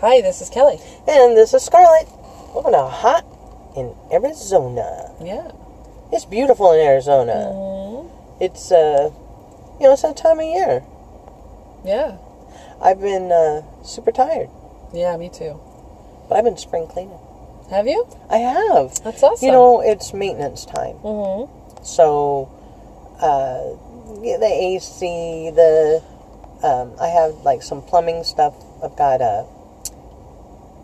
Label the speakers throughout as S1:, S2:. S1: Hi, this is Kelly.
S2: And this is Scarlett. What a hot in Arizona.
S1: Yeah.
S2: It's beautiful in Arizona.
S1: Mm-hmm.
S2: It's uh you know, it's that time of year.
S1: Yeah.
S2: I've been uh super tired.
S1: Yeah, me too.
S2: But I've been spring cleaning.
S1: Have you?
S2: I have.
S1: That's awesome.
S2: You know, it's maintenance time.
S1: Mm-hmm.
S2: So uh yeah, the AC, the um I have like some plumbing stuff. I've got a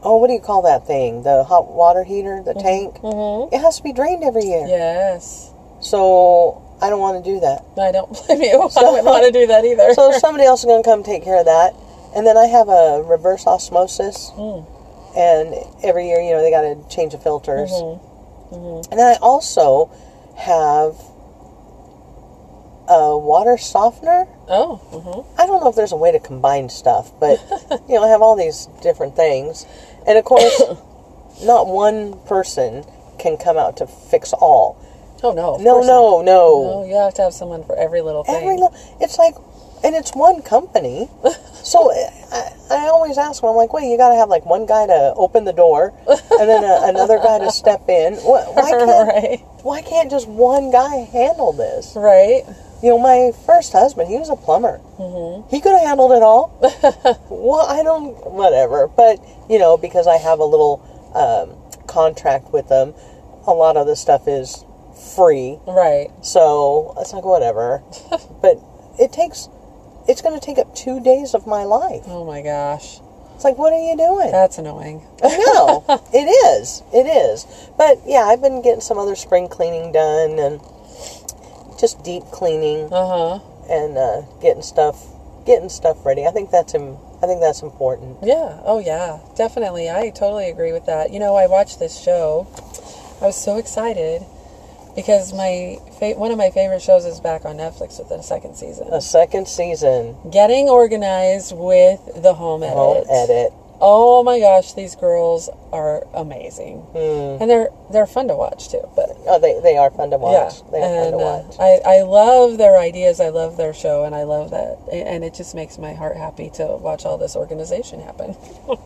S2: Oh, what do you call that thing? The hot water heater, the tank.
S1: Mm-hmm.
S2: It has to be drained every year.
S1: Yes.
S2: So I don't want to do that.
S1: I don't blame you. I wouldn't want to do that either.
S2: So somebody else is going to come take care of that. And then I have a reverse osmosis.
S1: Mm.
S2: And every year, you know, they got to change the filters.
S1: Mm-hmm.
S2: And then I also have a water softener.
S1: oh.
S2: I don't know if there's a way to combine stuff, but, you know, I have all these different things. And of course, not one person can come out to fix all.
S1: Mm-hmm. Oh no. of
S2: No,
S1: course
S2: no, no.
S1: not. No, you have to have someone for every little thing.
S2: Every little, it's like, and it's one company. so eh, I, I always ask when I'm like, wait, you got to have like one guy to open the door, and then a, another guy to step in. Wh- Why can't
S1: right.
S2: why can't just one guy handle this?
S1: Right.
S2: You know, my first husband, he was a plumber.
S1: Mm-hmm.
S2: He could have handled it all. well, I don't, whatever. But you know, because I have a little um, contract with them, a lot of the stuff is free.
S1: Right.
S2: So it's like whatever. but it takes it's gonna take up two days of my life.
S1: Oh my gosh.
S2: It's like what are you doing?
S1: That's annoying.
S2: I know. it is. It is. But yeah, I've been getting some other spring cleaning done and just deep cleaning
S1: Uh huh.
S2: and uh, getting stuff getting stuff ready. I think that's Im- I think that's important.
S1: Yeah. Oh, yeah. Definitely. I totally agree with that. You know, I watched this show. I was so excited because my fa- one of my favorite shows is back on Netflix with the second season.
S2: A second season
S1: Getting organized with the home edit.
S2: home edit.
S1: Oh my gosh, these girls are amazing,
S2: Mm.
S1: and they're they're fun to watch too. But
S2: Oh, they they are fun to watch.
S1: yeah,
S2: They are
S1: and
S2: fun to
S1: uh,
S2: watch.
S1: I I love their ideas. I love their show, and I love that, and it just makes my heart happy to watch all this organization happen.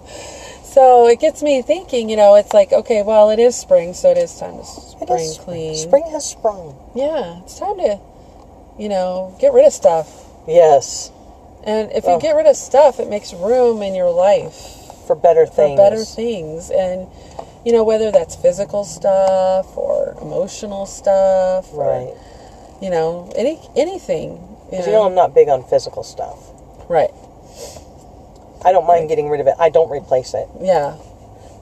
S1: so it gets me thinking. You know, it's like okay, well, it is spring, so it is time to
S2: It
S1: spring
S2: is
S1: clean.
S2: Spring has sprung.
S1: yeah, it's time to, you know, get rid of stuff.
S2: Yes.
S1: And if
S2: Oh.
S1: you get rid of stuff, it makes room in your life
S2: For better
S1: for
S2: things.
S1: better things and you know whether that's physical stuff or emotional stuff
S2: Right.
S1: or, you know any anything you
S2: 'Cause you know, I'm not big on physical stuff.
S1: right
S2: I don't mind getting rid of it. I don't replace it.
S1: yeah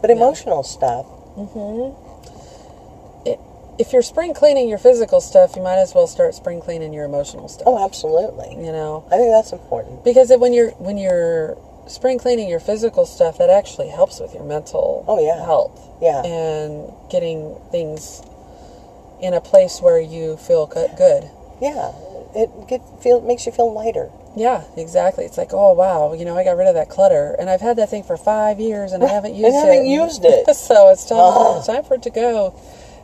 S2: But emotional stuff.
S1: I if you're spring cleaning your physical stuff you might as well start spring cleaning your emotional stuff
S2: Oh, absolutely.
S1: you know
S2: I think that's important.
S1: because it, when you're when you're spring cleaning your physical stuff that actually helps with your mental
S2: Oh, yeah.
S1: health
S2: Yeah.
S1: and getting things in a place where you feel go- good
S2: Yeah. It get feel makes you feel lighter.
S1: Yeah, exactly. It's like, oh wow, you know, I got rid of that clutter, and I've had that thing for five years, and I haven't used
S2: I haven't
S1: it.
S2: used it.
S1: so it's time. It's time for it to go,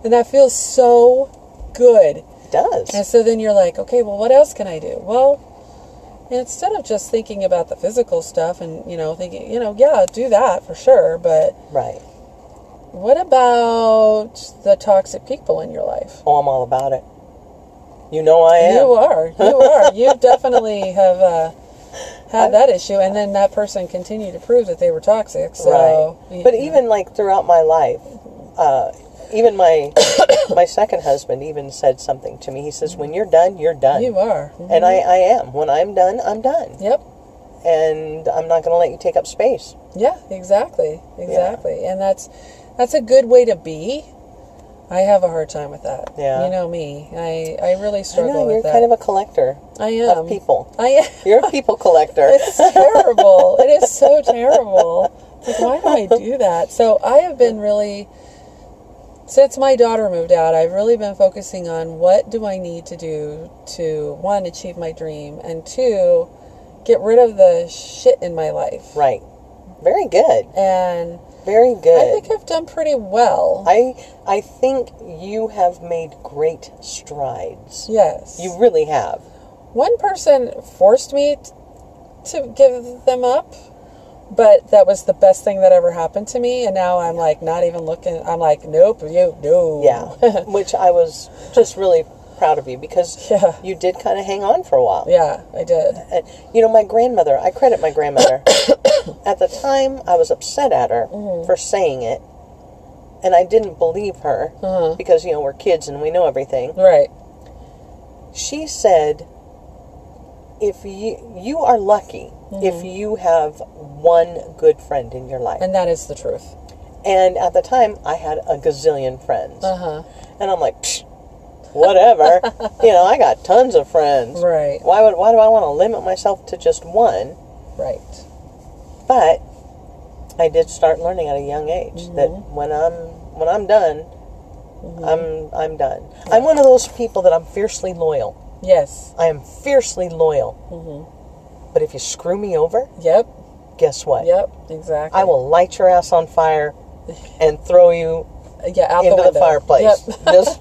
S1: and that feels so good.
S2: It does.
S1: And so then you're like, okay, well, what else can I do? Well, instead of just thinking about the physical stuff, and you know, thinking, you know, yeah, do that for sure, but
S2: right.
S1: what about the toxic people in your life?
S2: Oh, I'm all about it. You know I am.
S1: You are. You are. You definitely have uh, had that issue, and then that person continued to prove that they were toxic. So,
S2: right.
S1: you
S2: But
S1: know.
S2: even like throughout my life, uh, even my my second husband even said something to me. He says, "When you're done, you're done."
S1: you are. Mhm.
S2: And I, I am. When I'm done, I'm done.
S1: Yep.
S2: And I'm not going to let you take up space.
S1: Yeah. Exactly. Exactly. And that's that's a good way to be. I have a hard time with that.
S2: Yeah.
S1: You know me. I I really
S2: I
S1: struggle
S2: know
S1: with Um,
S2: you're
S1: that.
S2: kind of a collector
S1: I am.
S2: of people.
S1: I am.
S2: You're a people collector.
S1: It's terrible. it is so terrible. It's like, why do I do that? So I have been really, since my daughter moved out, I've really been focusing on what do I need to do to, one, achieve my dream, and two, get rid of the shit in my life.
S2: Right. Very good.
S1: And
S2: Very
S1: I
S2: good.
S1: think I've done pretty well.
S2: I I think you have made great strides.
S1: yes.
S2: You really have.
S1: One person forced me t- to give them up. but that was the best thing that ever happened to me. And now I'm like, not even looking. I'm like, nope, you, no.
S2: Yeah, which I was just really proud of you because
S1: Yeah.
S2: you did kind of hang on for a while.
S1: yeah, I did.
S2: And, you know, my grandmother, I credit my grandmother. at the time, I was upset at her
S1: Mm-hmm.
S2: for saying it, and I didn't believe her
S1: Uh-huh.
S2: because, you know, we're kids and we know everything.
S1: Right.
S2: She said, if you, you are lucky if you have one good friend in your life.
S1: Mm-hmm. And that is the truth.
S2: And at the time, I had a gazillion friends.
S1: Uh huh.
S2: And I'm like, Psh, whatever. you know, I got tons of friends.
S1: Right.
S2: Why would why do I want to limit myself to just one?
S1: Right.
S2: But I did start learning at a young age
S1: Mm-hmm.
S2: that when I'm when I'm done, I'm I'm done. I'm one of those people that I'm fiercely loyal.
S1: Yes.
S2: I am fiercely loyal. But if you screw me over,
S1: Yep.
S2: guess what?
S1: Mm-hmm. Yep. Exactly.
S2: I will light your ass on fire and throw you
S1: Yeah. Out
S2: into
S1: the, window.
S2: the, fireplace.
S1: Yep.
S2: Just-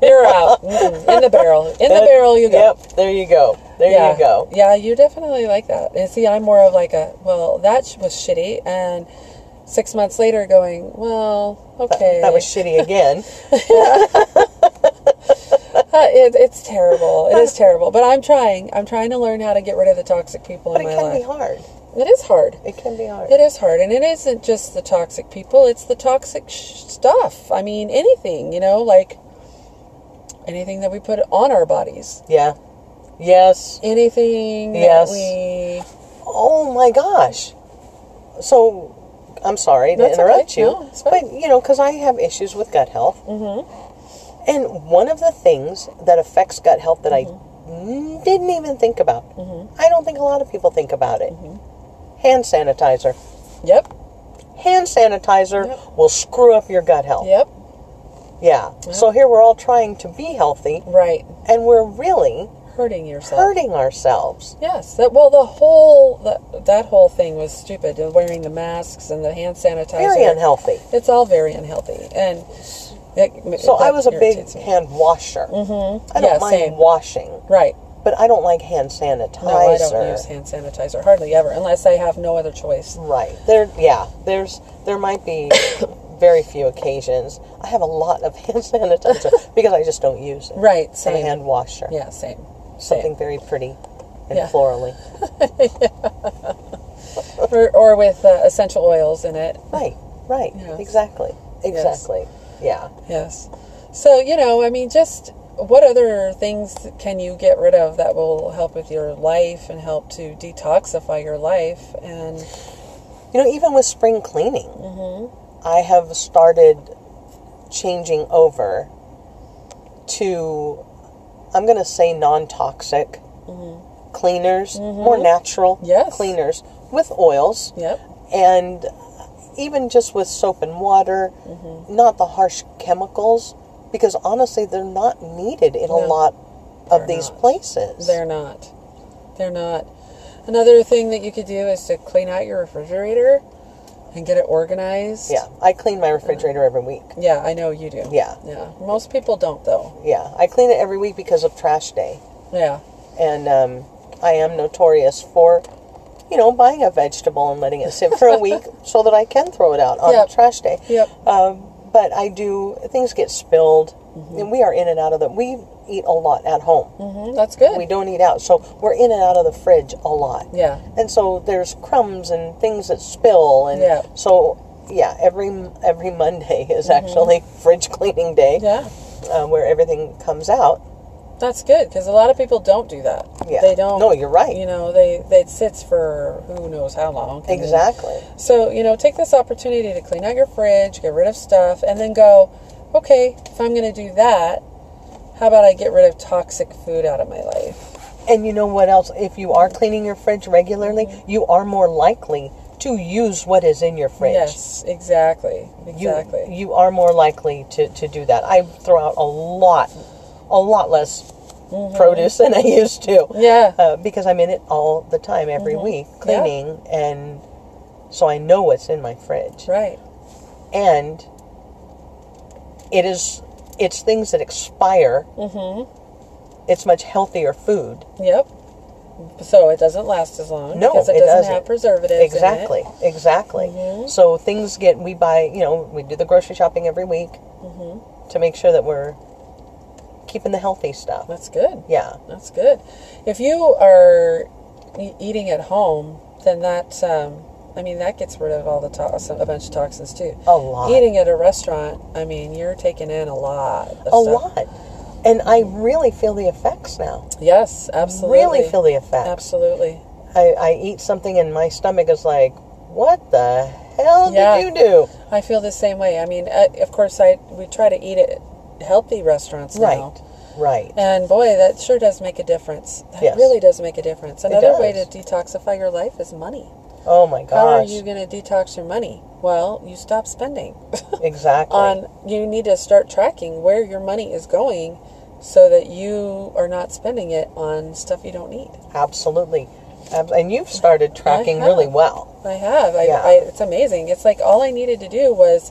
S1: You're out. Mm, in the barrel. In the barrel you go.
S2: Yep, there you go. There
S1: yeah.
S2: you go.
S1: Yeah, you definitely like that. And see, I'm more of like a, well, that sh- was shitty. And six months later going, well, okay. Oh,
S2: That was shitty again.
S1: Uh, it, it's terrible. It is terrible. But I'm trying. I'm trying to learn how to get rid of the toxic people
S2: but
S1: in
S2: it
S1: my
S2: can
S1: life.
S2: be hard.
S1: It is hard.
S2: It can be hard.
S1: It is hard, and it isn't just the toxic people, it's the toxic sh- stuff. I mean, anything, you know, like anything that we put on our bodies,
S2: Yeah. Yes.
S1: anything
S2: Yes.
S1: that we.
S2: Oh my gosh. So, I'm sorry to
S1: That's okay.
S2: interrupt you,
S1: No, it's fine.
S2: but you know, because I have issues with gut health, mm-hmm. and one of the things that affects gut health that
S1: Mm-hmm.
S2: I mm, didn't even think about. I don't think a lot of people think about it.
S1: Mm-hmm.
S2: Hand sanitizer.
S1: Yep,
S2: Hand sanitizer
S1: Yep.
S2: will screw up your gut health.
S1: yep,
S2: Yeah. So here we're all trying to be healthy,
S1: right.
S2: and we're really
S1: Hurting yourself.
S2: hurting ourselves.
S1: Yes. That, well, the whole that, that whole thing was stupid. the Wearing the masks and the hand sanitizer.
S2: Very unhealthy.
S1: It's all very unhealthy, and it,
S2: So I
S1: that
S2: was a big
S1: irritates me.
S2: hand washer. Mm-hmm. I don't
S1: Yeah,
S2: mind
S1: same.
S2: washing,
S1: right.
S2: but I don't like hand
S1: No, I
S2: sanitizer.
S1: don't use hand sanitizer hardly ever, unless I have no other choice.
S2: Right there, yeah. There's there might be very few occasions. I have a lot of hand sanitizer because I just don't use it.
S1: Right,
S2: I'm a
S1: same.
S2: hand washer.
S1: Yeah, same.
S2: Something very pretty and
S1: Yeah.
S2: florally.
S1: Same. or, or with uh, essential oils in it.
S2: Right, right,
S1: Yes.
S2: exactly, exactly. Yeah.
S1: Yes. So, you know, I mean, just what other things can you get rid of that will help with your life and help to detoxify your life? And
S2: You know, even with spring cleaning,
S1: Mm-hmm.
S2: I have started changing over to, I'm going to say non toxic cleaners, more natural
S1: Mm-hmm. Yes.
S2: cleaners with oils.
S1: yep,
S2: And even just with soap and water,
S1: Mm-hmm.
S2: not the harsh chemicals, because honestly, they're not needed in a lot of these
S1: not.
S2: places.
S1: they're not. They're not. Another thing that you could do is to clean out your refrigerator and get it organized.
S2: yeah, I clean my refrigerator every week.
S1: Yeah, I know you do.
S2: Yeah.
S1: Yeah. Most people don't, though.
S2: Yeah, I clean it every week because of trash day.
S1: Yeah.
S2: and um, I am notorious for, you know, buying a vegetable and letting it sit for a week so that I can throw it out on
S1: Yep.
S2: a trash day.
S1: Yep.
S2: Um, but I do things get spilled,
S1: Mm-hmm.
S2: and we are in and out of the. We eat a lot at home.
S1: hmm That's good.
S2: We don't eat out, so we're in and out of the fridge a lot.
S1: Yeah.
S2: And so there's crumbs and things that spill, and
S1: Yeah.
S2: so. Yeah, every every Monday is actually fridge cleaning day,
S1: Mm-hmm. Yeah. Mm-hmm.
S2: uh, where everything comes out.
S1: That's good because a lot of people don't do that.
S2: Yeah.
S1: They don't.
S2: No, you're right.
S1: You know, they they it sits for who knows how long. and then-
S2: Exactly.
S1: so you know, take this opportunity to clean out your fridge, get rid of stuff, and then go. Okay, if I'm going to do that, how about I get rid of toxic food out of my life?
S2: And you know what else? If you are cleaning your fridge regularly, you are more likely to use what is in your fridge.
S1: Yes, exactly,
S2: You,
S1: exactly.
S2: You are more likely to, to do that. I throw out a lot, a lot less produce than I used to.
S1: Mm-hmm. yeah, Mm-hmm.
S2: Uh, because I'm in it all the time, every week, cleaning, and so I know what's in my fridge.
S1: right.
S2: And it is, it's things that expire. Mm-hmm. It's much healthier food
S1: Yep. so it doesn't last as long
S2: No,
S1: because it,
S2: it
S1: doesn't,
S2: doesn't.
S1: have preservatives. in it.
S2: Exactly, exactly.
S1: Mm-hmm.
S2: So things get we buy, you know, we do the grocery shopping every week
S1: Mm-hmm.
S2: to make sure that we're keeping the healthy stuff.
S1: That's good.
S2: Yeah,
S1: That's good. If you are e- eating at home, then that um, I mean that gets rid of all the to- a bunch of toxins too.
S2: A lot.
S1: Eating at a restaurant, I mean, you're taking in a lot. Of
S2: a lot. And I really feel the effects now.
S1: Yes, absolutely.
S2: Really feel the effects.
S1: Absolutely.
S2: I, I eat something and my stomach is like, what the hell
S1: Yeah.
S2: did you do?
S1: I feel the same way. I mean, I, of course, I we try to eat at healthy restaurants now.
S2: Right, right.
S1: And boy, that sure does make a difference. That
S2: Yes.
S1: really does make a difference. Another way to
S2: does.
S1: detoxify your life is money.
S2: Oh my
S1: How are
S2: gosh.
S1: you going to detox your money? Well, you stop spending.
S2: Exactly.
S1: on you need to start tracking where your money is going so that you are not spending it on stuff you don't need.
S2: Absolutely. Ab- And you've started tracking
S1: have.
S2: really well.
S1: I have. I,
S2: Yeah.
S1: I, it's amazing. It's like all I needed to do was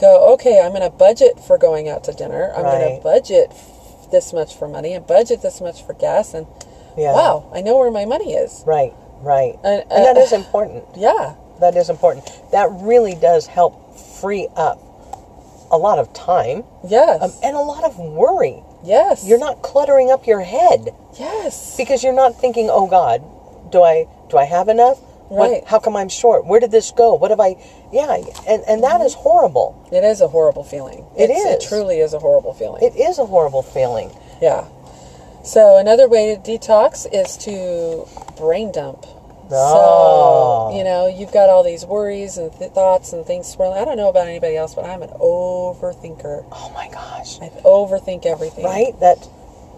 S1: go, okay, I'm going to budget for going out to dinner. I'm going
S2: Right.
S1: to budget f- this much for money and budget this much for gas. And
S2: Yeah.
S1: wow, I know where my money is.
S2: Right, right.
S1: And,
S2: And,
S1: uh,
S2: that is important.
S1: Yeah.
S2: That is important. That really does help free up a lot of time
S1: Yes.
S2: um, and a lot of worry.
S1: yes.
S2: You're not cluttering up your head
S1: Yes.
S2: because you're not thinking, "Oh God, do I do I have enough?
S1: Right.
S2: What, how come I'm short? Where did this go? What have I?" Yeah, and and that is horrible.
S1: It is a horrible feeling.
S2: It
S1: It's- It
S2: is.
S1: truly is a horrible feeling.
S2: It is a horrible feeling.
S1: Yeah. So another way to detox is to brain dump.
S2: Oh.
S1: So, you know, you've got all these worries and th- thoughts and things swirling. I don't know about anybody else, but I'm an overthinker.
S2: Oh my gosh.
S1: I overthink everything.
S2: right? That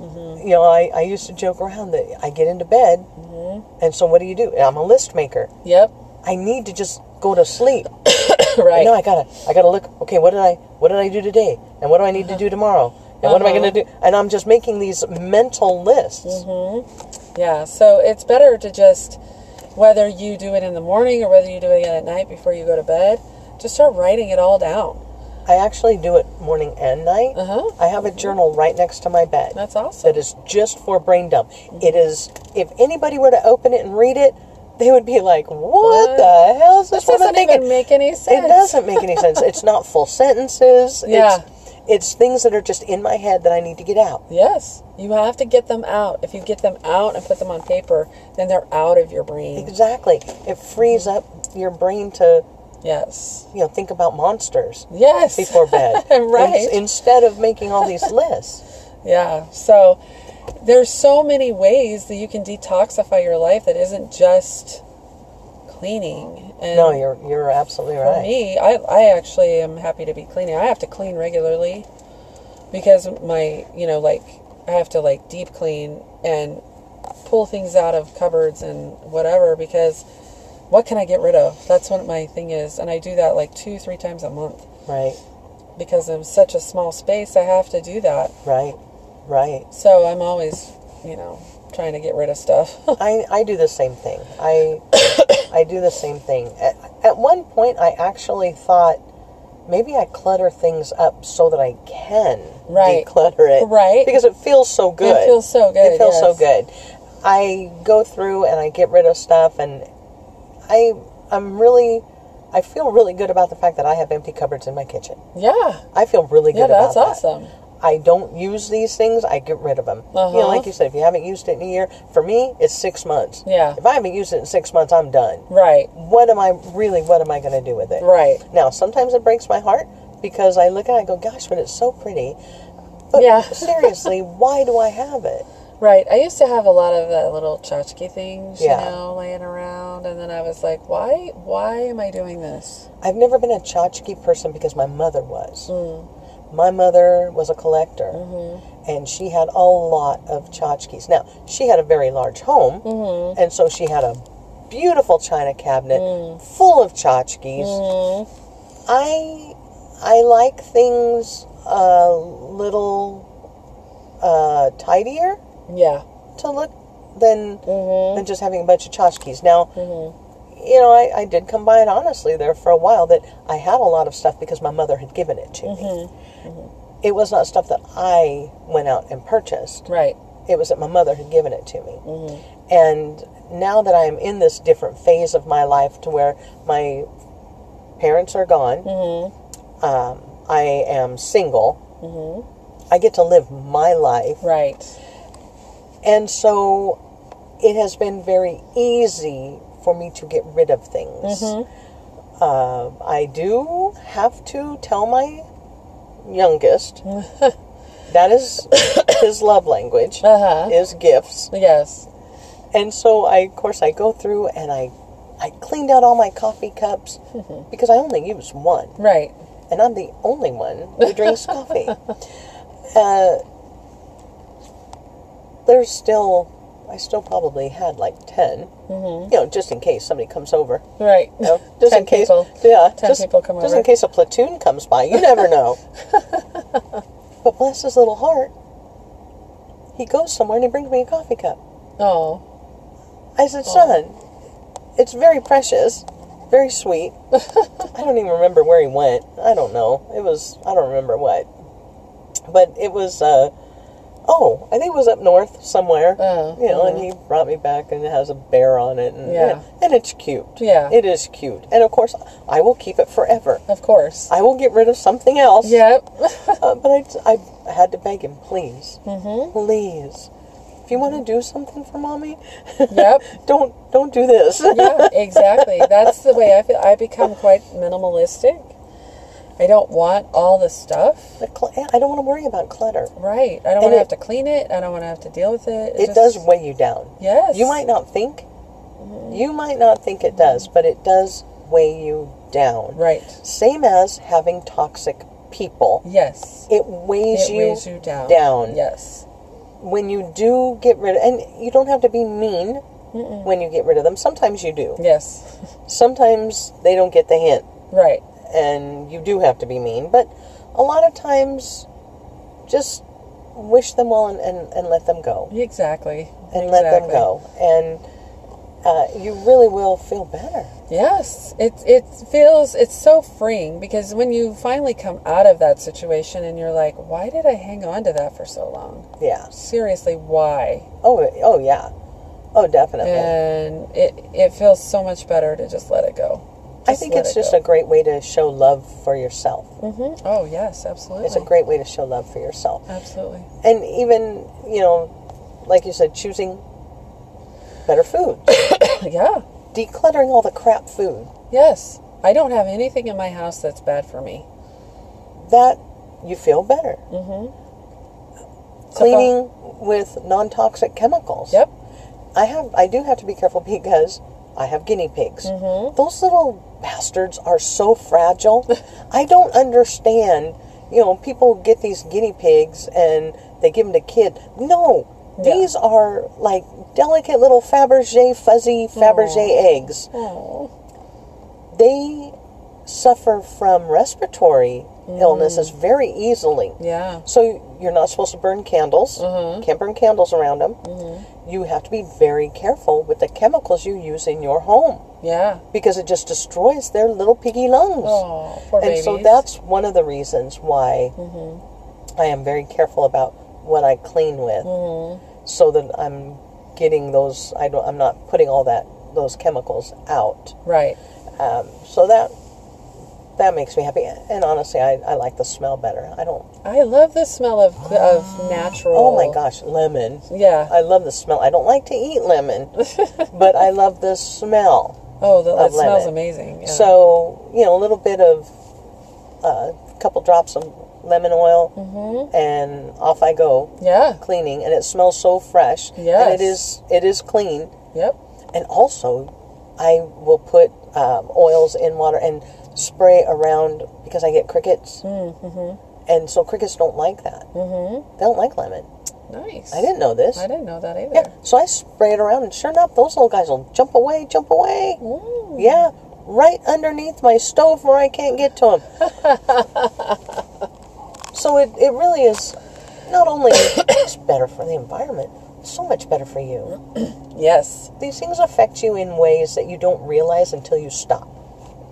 S2: you know, I, I used to joke around that I get into bed, and so what do you do? I'm a list maker.
S1: Yep.
S2: I need to just go to sleep.
S1: right.
S2: No, I gotta I gotta look. Okay, what did I what did I do today? And what do I need to do tomorrow? And what am I
S1: Uh-huh. Mm-hmm.
S2: gonna do? And I'm just making these mental lists.
S1: yeah. So it's better to just, whether you do it in the morning or whether you do it at night before you go to bed, just start writing it all down.
S2: I actually do it morning and night.
S1: Uh-huh.
S2: I have a journal right next to my bed.
S1: That's Mm-hmm. awesome.
S2: that is just for brain dump. It is. If anybody were to open it and read it, they would be like, "What,
S1: What?
S2: the hell is this
S1: This
S2: woman
S1: doesn't
S2: thinking?"
S1: even make any sense.
S2: It doesn't make any sense. It's not full sentences.
S1: Yeah.
S2: It's, it's things that are just in my head that I need to get out.
S1: Yes, you have to get them out. If you get them out and put them on paper, then they're out of your brain.
S2: Exactly. It frees up your brain to,
S1: Yes.
S2: you know, think about monsters
S1: Yes.
S2: before bed.
S1: Right.
S2: In- instead of making all these lists.
S1: Yeah. So there's so many ways that you can detoxify your life that isn't just cleaning. And
S2: No, you're you're absolutely
S1: for
S2: right.
S1: me, I I actually am happy to be cleaning. I have to clean regularly because my, you know, like I have to like deep clean and pull things out of cupboards and whatever because what can I get rid of? That's what my thing is, and I do that like 2 3 times a month
S2: Right.
S1: because I'm such a small space. I have to do that.
S2: Right. Right.
S1: So I'm always, you know, trying to get rid of stuff.
S2: I, I do the same thing. I I do the same thing. At, at one point, I actually thought maybe I clutter things up so that I can
S1: Right.
S2: declutter it,
S1: Right.
S2: Because it feels so good.
S1: feels so good,
S2: It feels so
S1: yes.
S2: good. I go through and I get rid of stuff, and I I'm really I feel really good about the fact that I have empty cupboards in my kitchen.
S1: yeah.
S2: I feel really good
S1: Yeah,
S2: about
S1: that's
S2: that.
S1: awesome.
S2: I don't use these things, I get rid of them. You
S1: Uh-huh.
S2: know, like you said, if you haven't used it in a year, for me, it's six months.
S1: Yeah.
S2: If I haven't used it in six months, I'm done.
S1: Right.
S2: What am I really, what am I going to do with it?
S1: Right.
S2: Now, sometimes it breaks my heart because I look at it and I go, gosh, but it's so pretty. But
S1: Yeah.
S2: seriously, why do I have it?
S1: Right. I used to have a lot of that little tchotchke things,
S2: Yeah.
S1: you know, laying around. And then I was like, why, why am I doing this?
S2: I've never been a tchotchke person because my mother was. My mother was a collector, and she had a lot of tchotchkes. Now, she had a very large home, and so she had a beautiful china cabinet full of tchotchkes. I, I like things a little uh, tidier
S1: Yeah.
S2: to look than than just having a bunch of tchotchkes. Now, you know, I, I did come by it honestly there for a while that I had a lot of stuff because my mother had given it to me. It was not stuff that I went out and purchased,
S1: Right.
S2: it was that my mother had given it to me. And now that I'm in this different phase of my life to where my parents are gone, um, I am single, I get to live my life.
S1: Right.
S2: And so it has been very easy for me to get rid of things. Uh, I do have to tell my youngest that is his love language
S1: Uh-huh.
S2: is gifts.
S1: Yes.
S2: And so I of course I go through and I I cleaned out all my coffee cups because I only use one
S1: Right.
S2: and I'm the only one who drinks coffee. Uh, there's still, I still probably had like 10,
S1: Mm-hmm.
S2: you know, just in case somebody comes over.
S1: Right.
S2: You know, just
S1: 10
S2: in case,
S1: people.
S2: yeah,
S1: 10
S2: just,
S1: people come
S2: just
S1: over.
S2: in case a platoon comes by. You never know. but bless his little heart, he goes somewhere and he brings me a coffee cup.
S1: Oh.
S2: I said, son, it's very precious, very sweet. I don't even remember where he went. I don't know. It was, I don't remember what. But it was, uh, oh, I think it was up north somewhere.
S1: Oh,
S2: you know, and he brought me back and it has a bear on it. And,
S1: Yeah.
S2: and it's cute.
S1: Yeah.
S2: It is cute. And of course, I will keep it forever.
S1: Of course.
S2: I will get rid of something else.
S1: Yep.
S2: Uh, but I, I had to beg him, please,
S1: Mm-hmm.
S2: please, if you want to do something for mommy,
S1: Yep.
S2: don't don't do this.
S1: yeah, exactly. That's the way I feel. I become quite minimalistic. I don't want all the stuff.
S2: The cl- I don't want to worry about clutter.
S1: Right. I don't
S2: And
S1: want
S2: it-
S1: to have to clean it. I don't want to have to deal with it.
S2: It
S1: just-
S2: does weigh you down.
S1: Yes. Mm-hmm.
S2: You might not think, you might not think it does, but it does weigh you down.
S1: Right.
S2: Same as having toxic people.
S1: Yes.
S2: It weighs,
S1: It
S2: you,
S1: weighs you down.
S2: down.
S1: Yes.
S2: When you do get rid of, and you don't have to be mean when you get rid of them. Sometimes you do.
S1: Yes.
S2: Sometimes they don't get the hint.
S1: Right.
S2: and you do have to be mean, but a lot of times just wish them well and, and, and let them go.
S1: Exactly.
S2: And
S1: exactly.
S2: let them go. And uh, you really will feel better.
S1: Yes, it it feels it's so freeing because when you finally come out of that situation and you're like, why did I hang on to that for so long?
S2: Yeah.
S1: Seriously, why?
S2: Oh, oh yeah. Oh, definitely.
S1: And it it feels so much better to just let it go.
S2: I think it's just a great way to show love for yourself.
S1: hmm Oh yes, absolutely.
S2: It's a great way to show love for yourself.
S1: absolutely.
S2: And even, you know, like you said, choosing better food,
S1: yeah.
S2: decluttering all the crap food.
S1: Yes. I don't have anything in my house that's bad for me.
S2: That you feel better.
S1: Mm-hmm. Except I'll-
S2: cleaning with non-toxic chemicals.
S1: Yep.
S2: I have. I do have to be careful because I have guinea pigs.
S1: Mm-hmm.
S2: Those little bastards are so fragile. I don't understand. You know, people get these guinea pigs and they give them to kid. No,
S1: Yeah.
S2: these are like delicate little Fabergé fuzzy
S1: Mm.
S2: Fabergé eggs.
S1: Oh.
S2: They suffer from respiratory illnesses
S1: Mm.
S2: very easily.
S1: Yeah.
S2: So you're not supposed to burn candles.
S1: Mm-hmm.
S2: Can't burn candles around them. You have to be very careful with the chemicals you use in your home
S1: Yeah.
S2: because it just destroys their little piggy lungs.
S1: Oh, poor
S2: and so
S1: babies. Mm-hmm.
S2: that's one of the reasons why I am very careful about what I clean with,
S1: Mm-hmm.
S2: so that I'm getting those. I don't. I'm not putting all that those chemicals out.
S1: Right.
S2: Um, so that that makes me happy. And honestly, I, I like the smell better. I don't.
S1: I love the smell of of natural.
S2: Oh my gosh, lemon.
S1: Yeah.
S2: I love the smell. I don't like to eat lemon, but I love the smell.
S1: Oh, the, that
S2: of
S1: smells
S2: lemon.
S1: amazing. yeah.
S2: So, you know, a little bit of a couple drops of lemon oil,
S1: Mm-hmm.
S2: and off I go
S1: yeah,
S2: cleaning. And it smells so fresh. And
S1: Yes.
S2: it is, it is clean.
S1: yep,
S2: And also, I will put um, oils in water and spray around because I get crickets. Mm-hmm. And so crickets don't like that. Mm-hmm. They don't like lemon.
S1: nice.
S2: I didn't know this.
S1: I didn't know that either.
S2: Yeah, so I spray it around, and sure enough, those little guys will jump away, jump away.
S1: Mm.
S2: Yeah, right underneath my stove where I can't get to them. so it, it really is not only it's better for the environment, it's so much better for you.
S1: Yes,
S2: These things affect you in ways that you don't realize until you stop.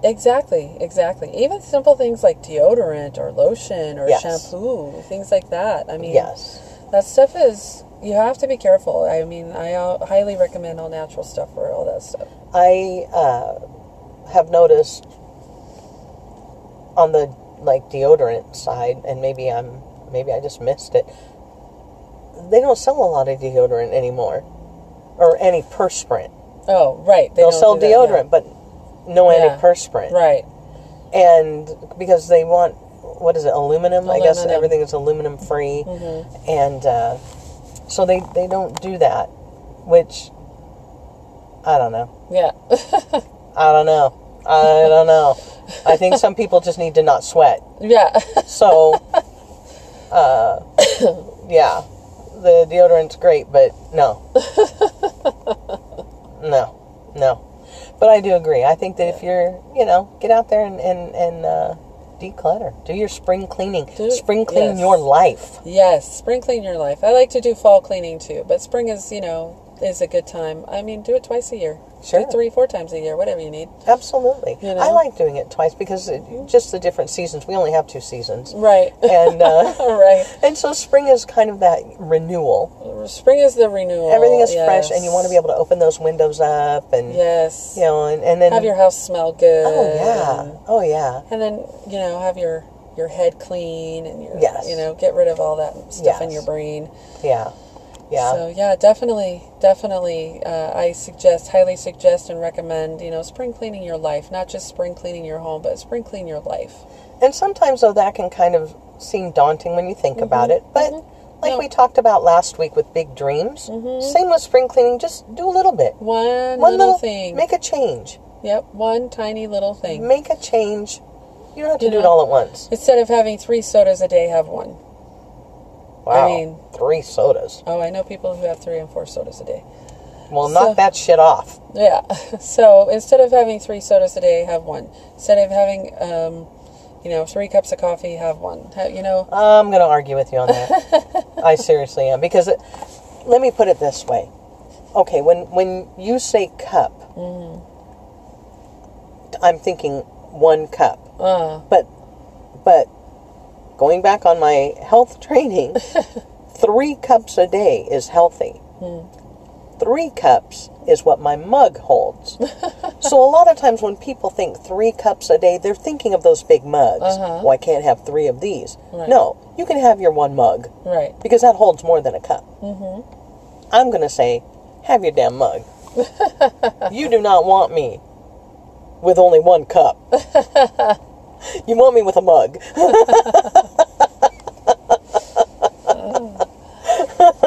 S1: exactly, exactly. Even simple things like deodorant or lotion or
S2: Yes.
S1: shampoo, things like that. I mean,
S2: Yes.
S1: that stuff is you have to be careful. I mean, I uh, highly recommend all natural stuff for all that stuff.
S2: I uh, have noticed on the like deodorant side, and maybe I'm maybe I just missed it. They don't sell a lot of deodorant anymore, or any perspirant.
S1: Oh, right.
S2: They will
S1: don't
S2: sell
S1: do that,
S2: deodorant, but no
S1: Yeah.
S2: antiperspirant.
S1: yeah. Right.
S2: And because they want what is it aluminum? I guess
S1: Aluminum. Mm-hmm.
S2: everything is aluminum free, and uh, so they they don't do that, which I don't know.
S1: Yeah.
S2: I don't know. I don't know. I think some people just need to not sweat.
S1: yeah.
S2: So, uh, yeah, the deodorant's great, but no, no, no. But I do agree. I think that if you're, you know, get out there and and, and uh, declutter, do your spring cleaning,
S1: Do-
S2: spring clean
S1: yes.
S2: your life.
S1: yes. Spring clean your life. I like to do fall cleaning too, but spring is, you know, is a good time. I mean, do it twice a year.
S2: Sure.
S1: Do it three, four times a year, whatever you need.
S2: Absolutely.
S1: You know?
S2: I like doing it twice because it, just the different seasons. We only have two seasons,
S1: Right.
S2: and uh,
S1: right.
S2: and so spring is kind of that renewal.
S1: Spring is the renewal.
S2: everything is fresh and you want to be
S1: Oh, yes.
S2: able to open those windows up and
S1: Yes.
S2: you know and, and then
S1: Have your house smell good.
S2: oh yeah
S1: and-
S2: oh yeah
S1: And then, you know, have your your head clean and your
S2: Yes.
S1: you know, get rid of all that stuff in
S2: Yes.
S1: your brain.
S2: yeah yeah
S1: So yeah, definitely, definitely. Uh, I suggest, highly suggest, and recommend. You know, spring cleaning your life, not just spring cleaning your home, but spring clean your life.
S2: and sometimes though that can kind of seem daunting when you think about it but like
S1: Mm-hmm. No.
S2: we talked about last week with big dreams same with spring cleaning just do a little bit
S1: One,
S2: one
S1: little, thing.
S2: make a change
S1: yep, one tiny little thing.
S2: make a change you don't have to
S1: You
S2: do it
S1: know?
S2: all at once
S1: Instead of having three sodas a day, have one.
S2: wow
S1: mean-
S2: three sodas
S1: Oh, I know people who have three and four sodas a day.
S2: well
S1: So-
S2: knock that shit off
S1: Yeah. So instead of having three sodas a day, have one. Instead of having, um, you know, three cups of coffee, have one. Ha- You know.
S2: I'm going to argue with you on that. I seriously am because it, let me put it this way. Okay, when when you say cup, I'm thinking one cup.
S1: Uh,
S2: But but going back on my health training, 3 cups a day is healthy. 3 cups is what my mug holds. so a lot of times when people think 3 cups a day, they're thinking of those big mugs. Well, I can't have 3 of these.
S1: Right.
S2: No, you can have your one mug
S1: right.
S2: because that holds more than a cup. Mm-hmm. I'm going to say, have your damn mug. you do not want me with only one cup. you want me with a mug.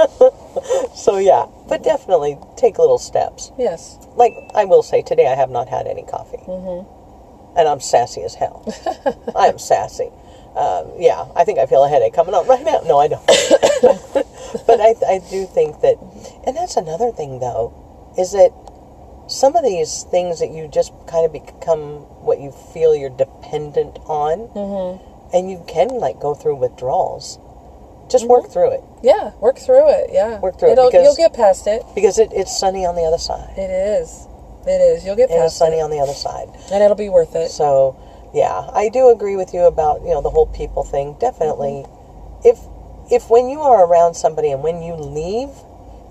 S2: so, yeah, but definitely take little steps.
S1: Yes.
S2: Like, I will say, today I have not had any coffee. And I'm sassy as hell. I'm sassy. Um, yeah, I think I feel a headache coming on right now. No, I don't. but I, I do think that, and that's another thing though, is that some of these things that you just kind of become what you feel you're dependent on, and you can like go through withdrawals. Just work through it
S1: Yeah. Work through it. Yeah.
S2: Work through it
S1: It'll,
S2: because-
S1: You'll get past it.
S2: because it, it's sunny on the other side.
S1: It is. It is. You'll get
S2: It is
S1: past
S2: sunny on the other side.
S1: it, and it'll be worth it.
S2: So, yeah, I do agree with you about you know the whole people thing. Definitely, if if when you are around somebody and when you leave,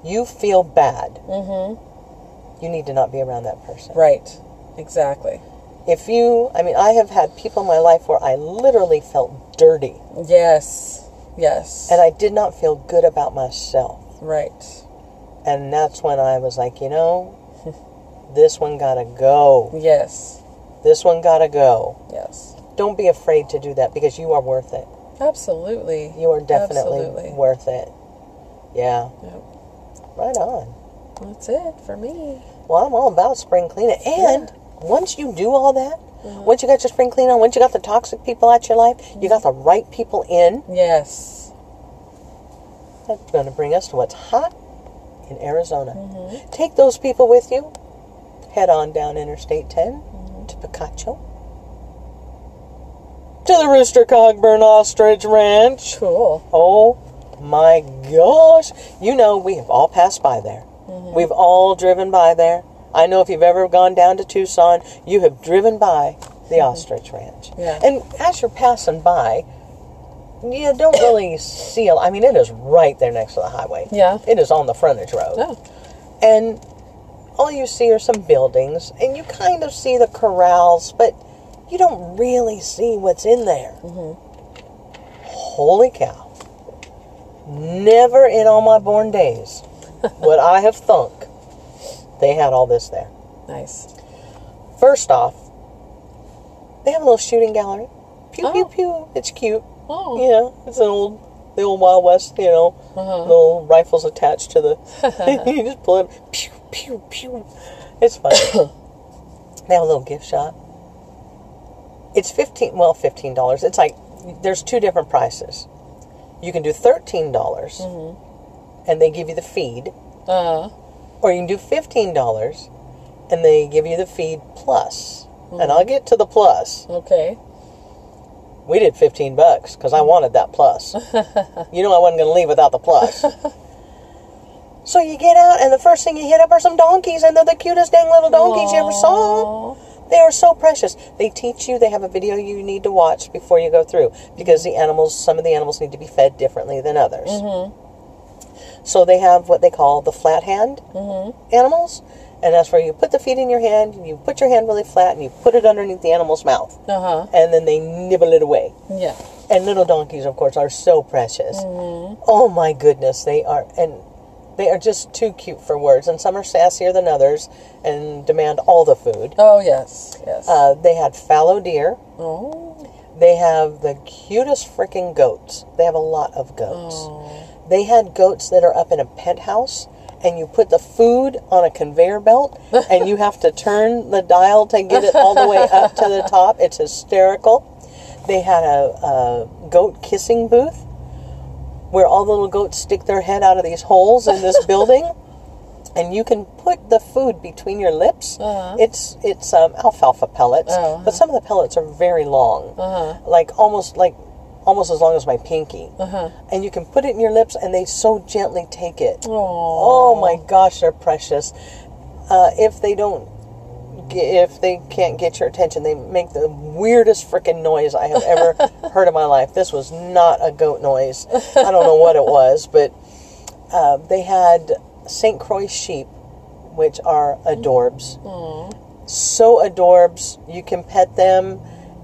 S2: you feel bad. Mm-hmm. You need to not be around that person.
S1: Right. Exactly.
S2: If you, I mean, I have had people in my life where I literally felt dirty
S1: Yes. Yes.
S2: and I did not feel good about myself,
S1: right.
S2: and that's when I was like, you know, this one gotta go.
S1: Yes.
S2: This one gotta go.
S1: Yes.
S2: Don't be afraid to do that because you are worth it.
S1: Absolutely.
S2: You are definitely
S1: Absolutely.
S2: worth it. Yeah,
S1: Yep.
S2: right on.
S1: That's it for me.
S2: Well, I'm all about spring cleaning. And once you do all that, once you got your spring clean on, once you got the toxic people out your life, you got the right people in.
S1: Yes.
S2: That's going to bring us to what's hot in Arizona. Take those people with you. Head on down Interstate 10 to Picacho. To the Rooster Cogburn Ostrich Ranch.
S1: Cool.
S2: Oh my gosh. You know, we have all passed by there.
S1: Mm-hmm.
S2: We've all driven by there. I know if you've ever gone down to Tucson, you have driven by the ostrich ranch.
S1: Mm-hmm. Yeah.
S2: And as you're passing by, you don't really see a I mean, it is right there next to the highway.
S1: Yeah.
S2: It is on the frontage road.
S1: Oh,
S2: And all you see are some buildings, and you kind of see the corrals, but you don't really see what's in there. Holy cow. Never in all my born days would I have thunk they had all this there.
S1: nice.
S2: First off, they have a little shooting gallery. Pew pew
S1: Oh.
S2: pew. It's cute.
S1: Oh. Uh-huh.
S2: Yeah, it's an old, the old Wild West. You know, little rifles attached to the. you just pull it. Pew pew pew. It's fun. they have a little gift shop. It's fifteen. Well, fifteen dollars. It's like there's two different prices. You can do thirteen dollars,
S1: Mm-hmm.
S2: and they give you the feed,
S1: Uh,
S2: or you can do fifteen dollars, and they give you the feed plus. And I'll get to the plus.
S1: okay.
S2: We did 15 bucks because I wanted that plus. you know I wasn't going to leave without the plus. so you get out, and the first thing you hit up are some donkeys, and they're the cutest dang little donkeys you ever saw.
S1: Aw.
S2: They are so precious. They teach you, they have a video you need to watch before you go through because the animals, some of the animals need to be fed differently than others.
S1: Mm-hmm.
S2: So they have what they call the flat hand animals, and that's where you put the feet in your hand, you put your hand really flat, and you put it underneath the animal's mouth,
S1: Uh-huh.
S2: and then they nibble it away.
S1: Yeah.
S2: And little donkeys, of course, are so precious. Oh my goodness, they are, and they are just too cute for words. And some are sassier than others and demand all the food.
S1: Oh, yes. Yes.
S2: Uh, they had fallow deer.
S1: oh.
S2: They have the cutest freaking goats. They have a lot of goats.
S1: Oh.
S2: They had goats that are up in a penthouse, and you put the food on a conveyor belt, and you have to turn the dial to get it all the way up to the top. It's hysterical. They had a, a goat kissing booth where all the little goats stick their head out of these holes in this building. And you can put the food between your lips.
S1: Uh-huh.
S2: It's it's um, alfalfa pellets,
S1: Oh,
S2: but some of the pellets are very long,
S1: Uh-huh.
S2: like almost like almost as long as my pinky.
S1: Uh-huh.
S2: And you can put it in your lips, and they so gently take it.
S1: Aw.
S2: Oh my gosh, they're precious. Uh, if they don't, ge- if they can't get your attention, they make the weirdest freaking noise I have ever heard in my life. This was not a goat noise. I don't know what it was, but uh, they had St. Croix sheep, which are adorbs. So adorbs. You can pet them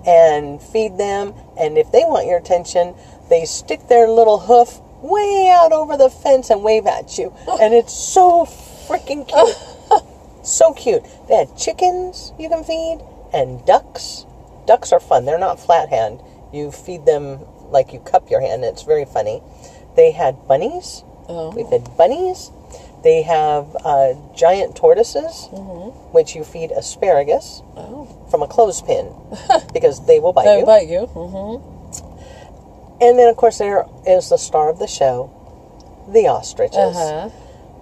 S2: and feed them, and if they want your attention, they stick their little hoof way out over the fence and wave at you. And it's so freaking cute. So cute. They had chickens you can feed and ducks. Ducks are fun. They're not flat hand. You feed them like you cup your hand. It's very funny. They had bunnies.
S1: Oh.
S2: We've had bunnies. They have uh, giant tortoises, which you feed asparagus
S1: Mm-hmm. Oh.
S2: from a clothespin because they will bite
S1: That
S2: you.
S1: about you? Mm-hmm.
S2: And then, of course, there is the star of the show, the ostriches.
S1: Uh-huh.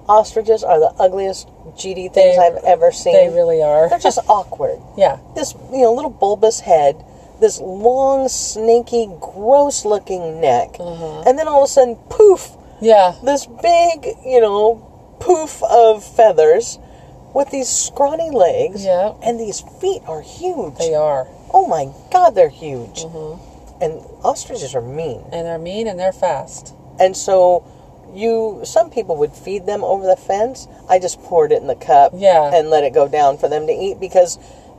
S2: Ostriches are the ugliest GD things
S1: They-
S2: I've ever seen.
S1: They really are.
S2: They're just awkward.
S1: Yeah.
S2: This, you know, little bulbous head, this long, snaky, gross-looking neck,
S1: Mm-hmm.
S2: and then all of a sudden, poof!
S1: Yeah.
S2: This big, you know, poof of feathers with these scrawny legs,
S1: Yeah.
S2: and these feet are huge.
S1: They are. Mm-hmm.
S2: Oh my God, they're huge. And ostriches are mean.
S1: And they're mean and they're fast.
S2: And so you some people would feed them over the fence. I just poured it in the cup
S1: Yeah.
S2: and let it go down for them to eat because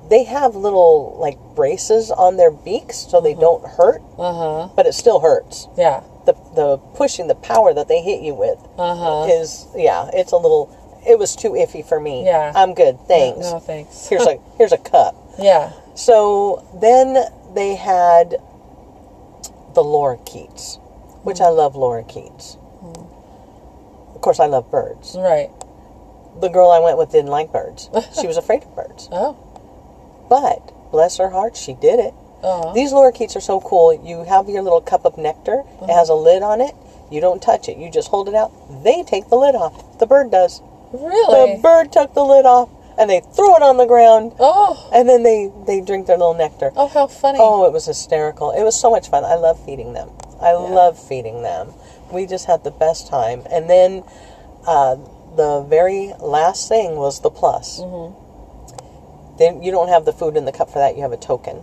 S2: they have little like braces on their beaks so they don't hurt,
S1: Mm-hmm. Uh-huh.
S2: but it still hurts.
S1: Yeah.
S2: The the pushing the power that they hit you with
S1: Uh-huh.
S2: is yeah, it's a little it was too iffy for me.
S1: Yeah.
S2: I'm good, thanks.
S1: No, thanks.
S2: Here's a here's a cup.
S1: yeah.
S2: So then they had the lorikeets, which I love lorikeets. Of course, I love birds.
S1: Right.
S2: The girl I went with didn't like birds. She was afraid of birds.
S1: Oh.
S2: But, bless her heart, she did it.
S1: Uh-huh.
S2: These lorikeets are so cool. You have your little cup of nectar, it has a lid on it. You don't touch it, you just hold it out. They take the lid off. The bird does.
S1: Really?
S2: The bird took the lid off and they throw it on the ground
S1: oh.
S2: and then they, they drink their little nectar.
S1: Oh, how funny.
S2: Oh, it was hysterical. It was so much fun. I love feeding them. I love feeding them. We just had the best time. And then uh, the very last thing was the plus. Then you don't have the food in the cup for that. You have a token,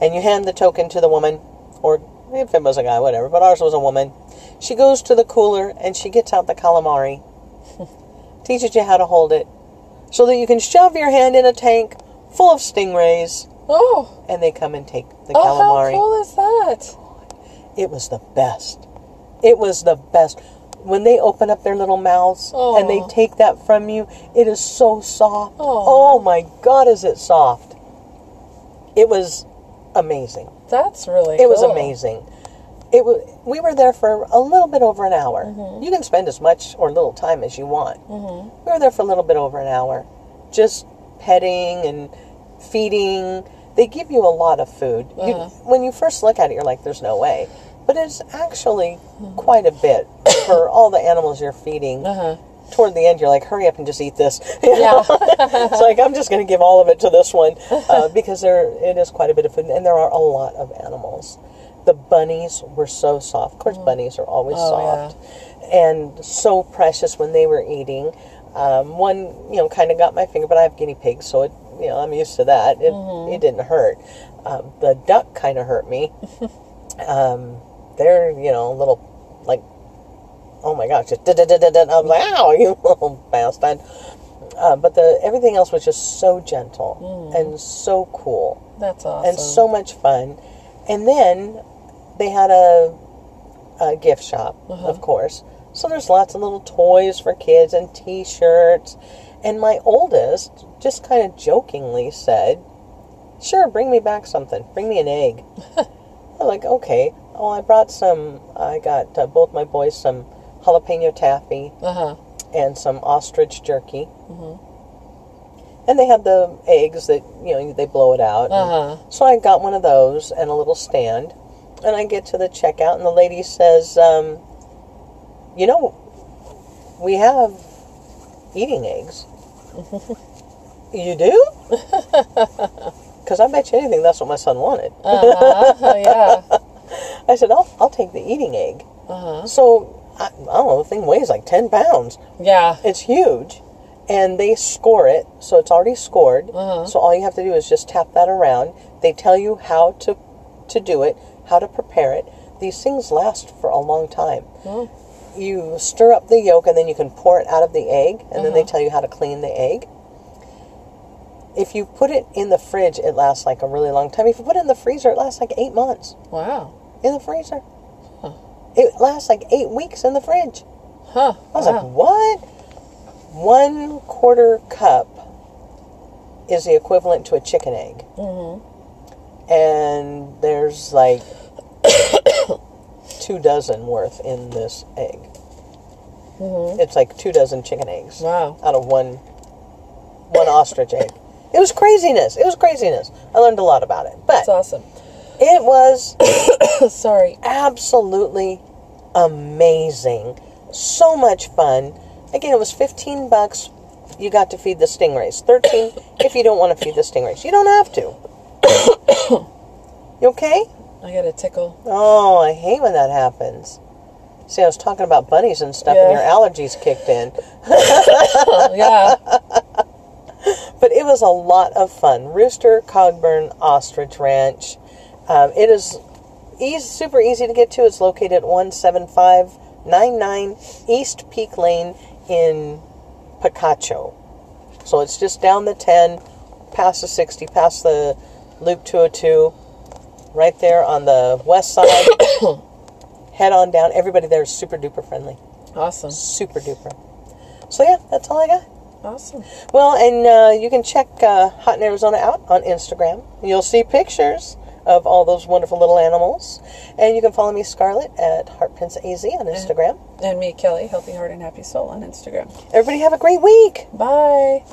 S2: and you hand the token to the woman or if it was a guy, whatever, but ours was a woman. She goes to the cooler and she gets out the calamari, teaches you how to hold it so that you can shove your hand in a tank full of stingrays
S1: Oh,
S2: and they come and take the
S1: oh,
S2: calamari.
S1: how cool is that?
S2: It was the best. It was the best. When they open up their little mouths and they
S1: Aw.
S2: take that from you, it is so soft.
S1: Aw.
S2: Oh my God, is it soft! It was amazing.
S1: That's really.
S2: It was
S1: cool.
S2: amazing. It was. We were there for a little bit over an hour.
S1: Mm-hmm.
S2: You can spend as much or little time as you want. Mm-hmm. We were there for a little bit over an hour, just petting and feeding. They give you a lot of food. You, when you first look at it, you're like, "There's no way," but it's actually quite a bit for all the animals you're feeding. Toward the end, you're like, "Hurry up and just eat this." You
S1: Yeah.
S2: know? it's like I'm just going to give all of it to this one uh, because there it is quite a bit of food, and there are a lot of animals. The bunnies were so soft. Of course, bunnies are always soft and so precious when they were eating. Um, one, you know, kind of got my finger, but I have guinea pigs, so it, you know, I'm used to that. It, it didn't hurt. Um, the duck kind of hurt me. um, they're, you know, little like oh my gosh, just da da da da da. I'm like, ow, you little bastard. Uh, but the everything else was just so gentle and so cool
S1: That's awesome.
S2: and so much fun. And then they had a, a gift shop, of course. So there's lots of little toys for kids and T-shirts. And my oldest just kind of jokingly said, "Sure, bring me back something. Bring me an egg." I'm like, "Okay." Oh, I brought some. I got uh, both my boys some jalapeno taffy
S1: Uh huh.
S2: and some ostrich jerky. And they had the eggs that you know they blow it out.
S1: Uh huh.
S2: So I got one of those and a little stand, and I get to the checkout, and the lady says, um, "You know, we have eating eggs. you do? Because I bet you anything that's what my son wanted."
S1: Uh-huh. yeah.
S2: I said, "I'll I'll take the eating egg."
S1: Uh huh.
S2: So I, I don't know, the thing weighs like ten pounds.
S1: Yeah.
S2: It's huge. And they score it, so it's already scored. So all you have to do is just tap that around. They tell you how to to do it, how to prepare it. These things last for a long time. You stir up the yolk and then you can pour it out of the egg, and then they tell you how to clean the egg. If you put it in the fridge, it lasts like a really long time. If you put it in the freezer, it lasts like eight months
S1: Wow.
S2: in the freezer. It lasts like eight weeks in the fridge.
S1: Huh.
S2: I was like,
S1: wow.
S2: what? One quarter cup is the equivalent to a chicken egg. Mm-hmm. And there's like two dozen worth in this egg. Mm-hmm. It's like two dozen chicken eggs
S1: Wow.
S2: out of one one ostrich egg. It was craziness. It was craziness. I learned a lot about it, but
S1: That's awesome.
S2: it was
S1: Sorry.
S2: absolutely amazing. So much fun. Again, it was 15 bucks. You got to feed the stingrays. 13 if you don't want to feed the stingrays. You don't have to. you okay?
S1: I got a tickle.
S2: Oh, I hate when that happens. See, I was talking about bunnies and stuff, and
S1: Yeah.
S2: your allergies kicked in.
S1: Oh, yeah.
S2: But it was a lot of fun. Rooster, Cogburn, Ostrich Ranch. Um, it is easy, super easy to get to. It's located at 17599 East Peak Lane in Picacho. So it's just down the 10, past the 60, past the Loop 202, right there on the west side. Head on down. Everybody there is super duper friendly.
S1: Awesome.
S2: Super duper. So, yeah, that's all I got.
S1: Awesome.
S2: Well, and uh, you can check uh, Hot in Arizona out on Instagram. You'll see pictures of all those wonderful little animals. And you can follow me, Scarlett, at HeartPrinceAZ on Instagram.
S1: And me, Kelly, Healthy Heart and Happy Soul on Instagram.
S2: Everybody have a great week!
S1: Bye.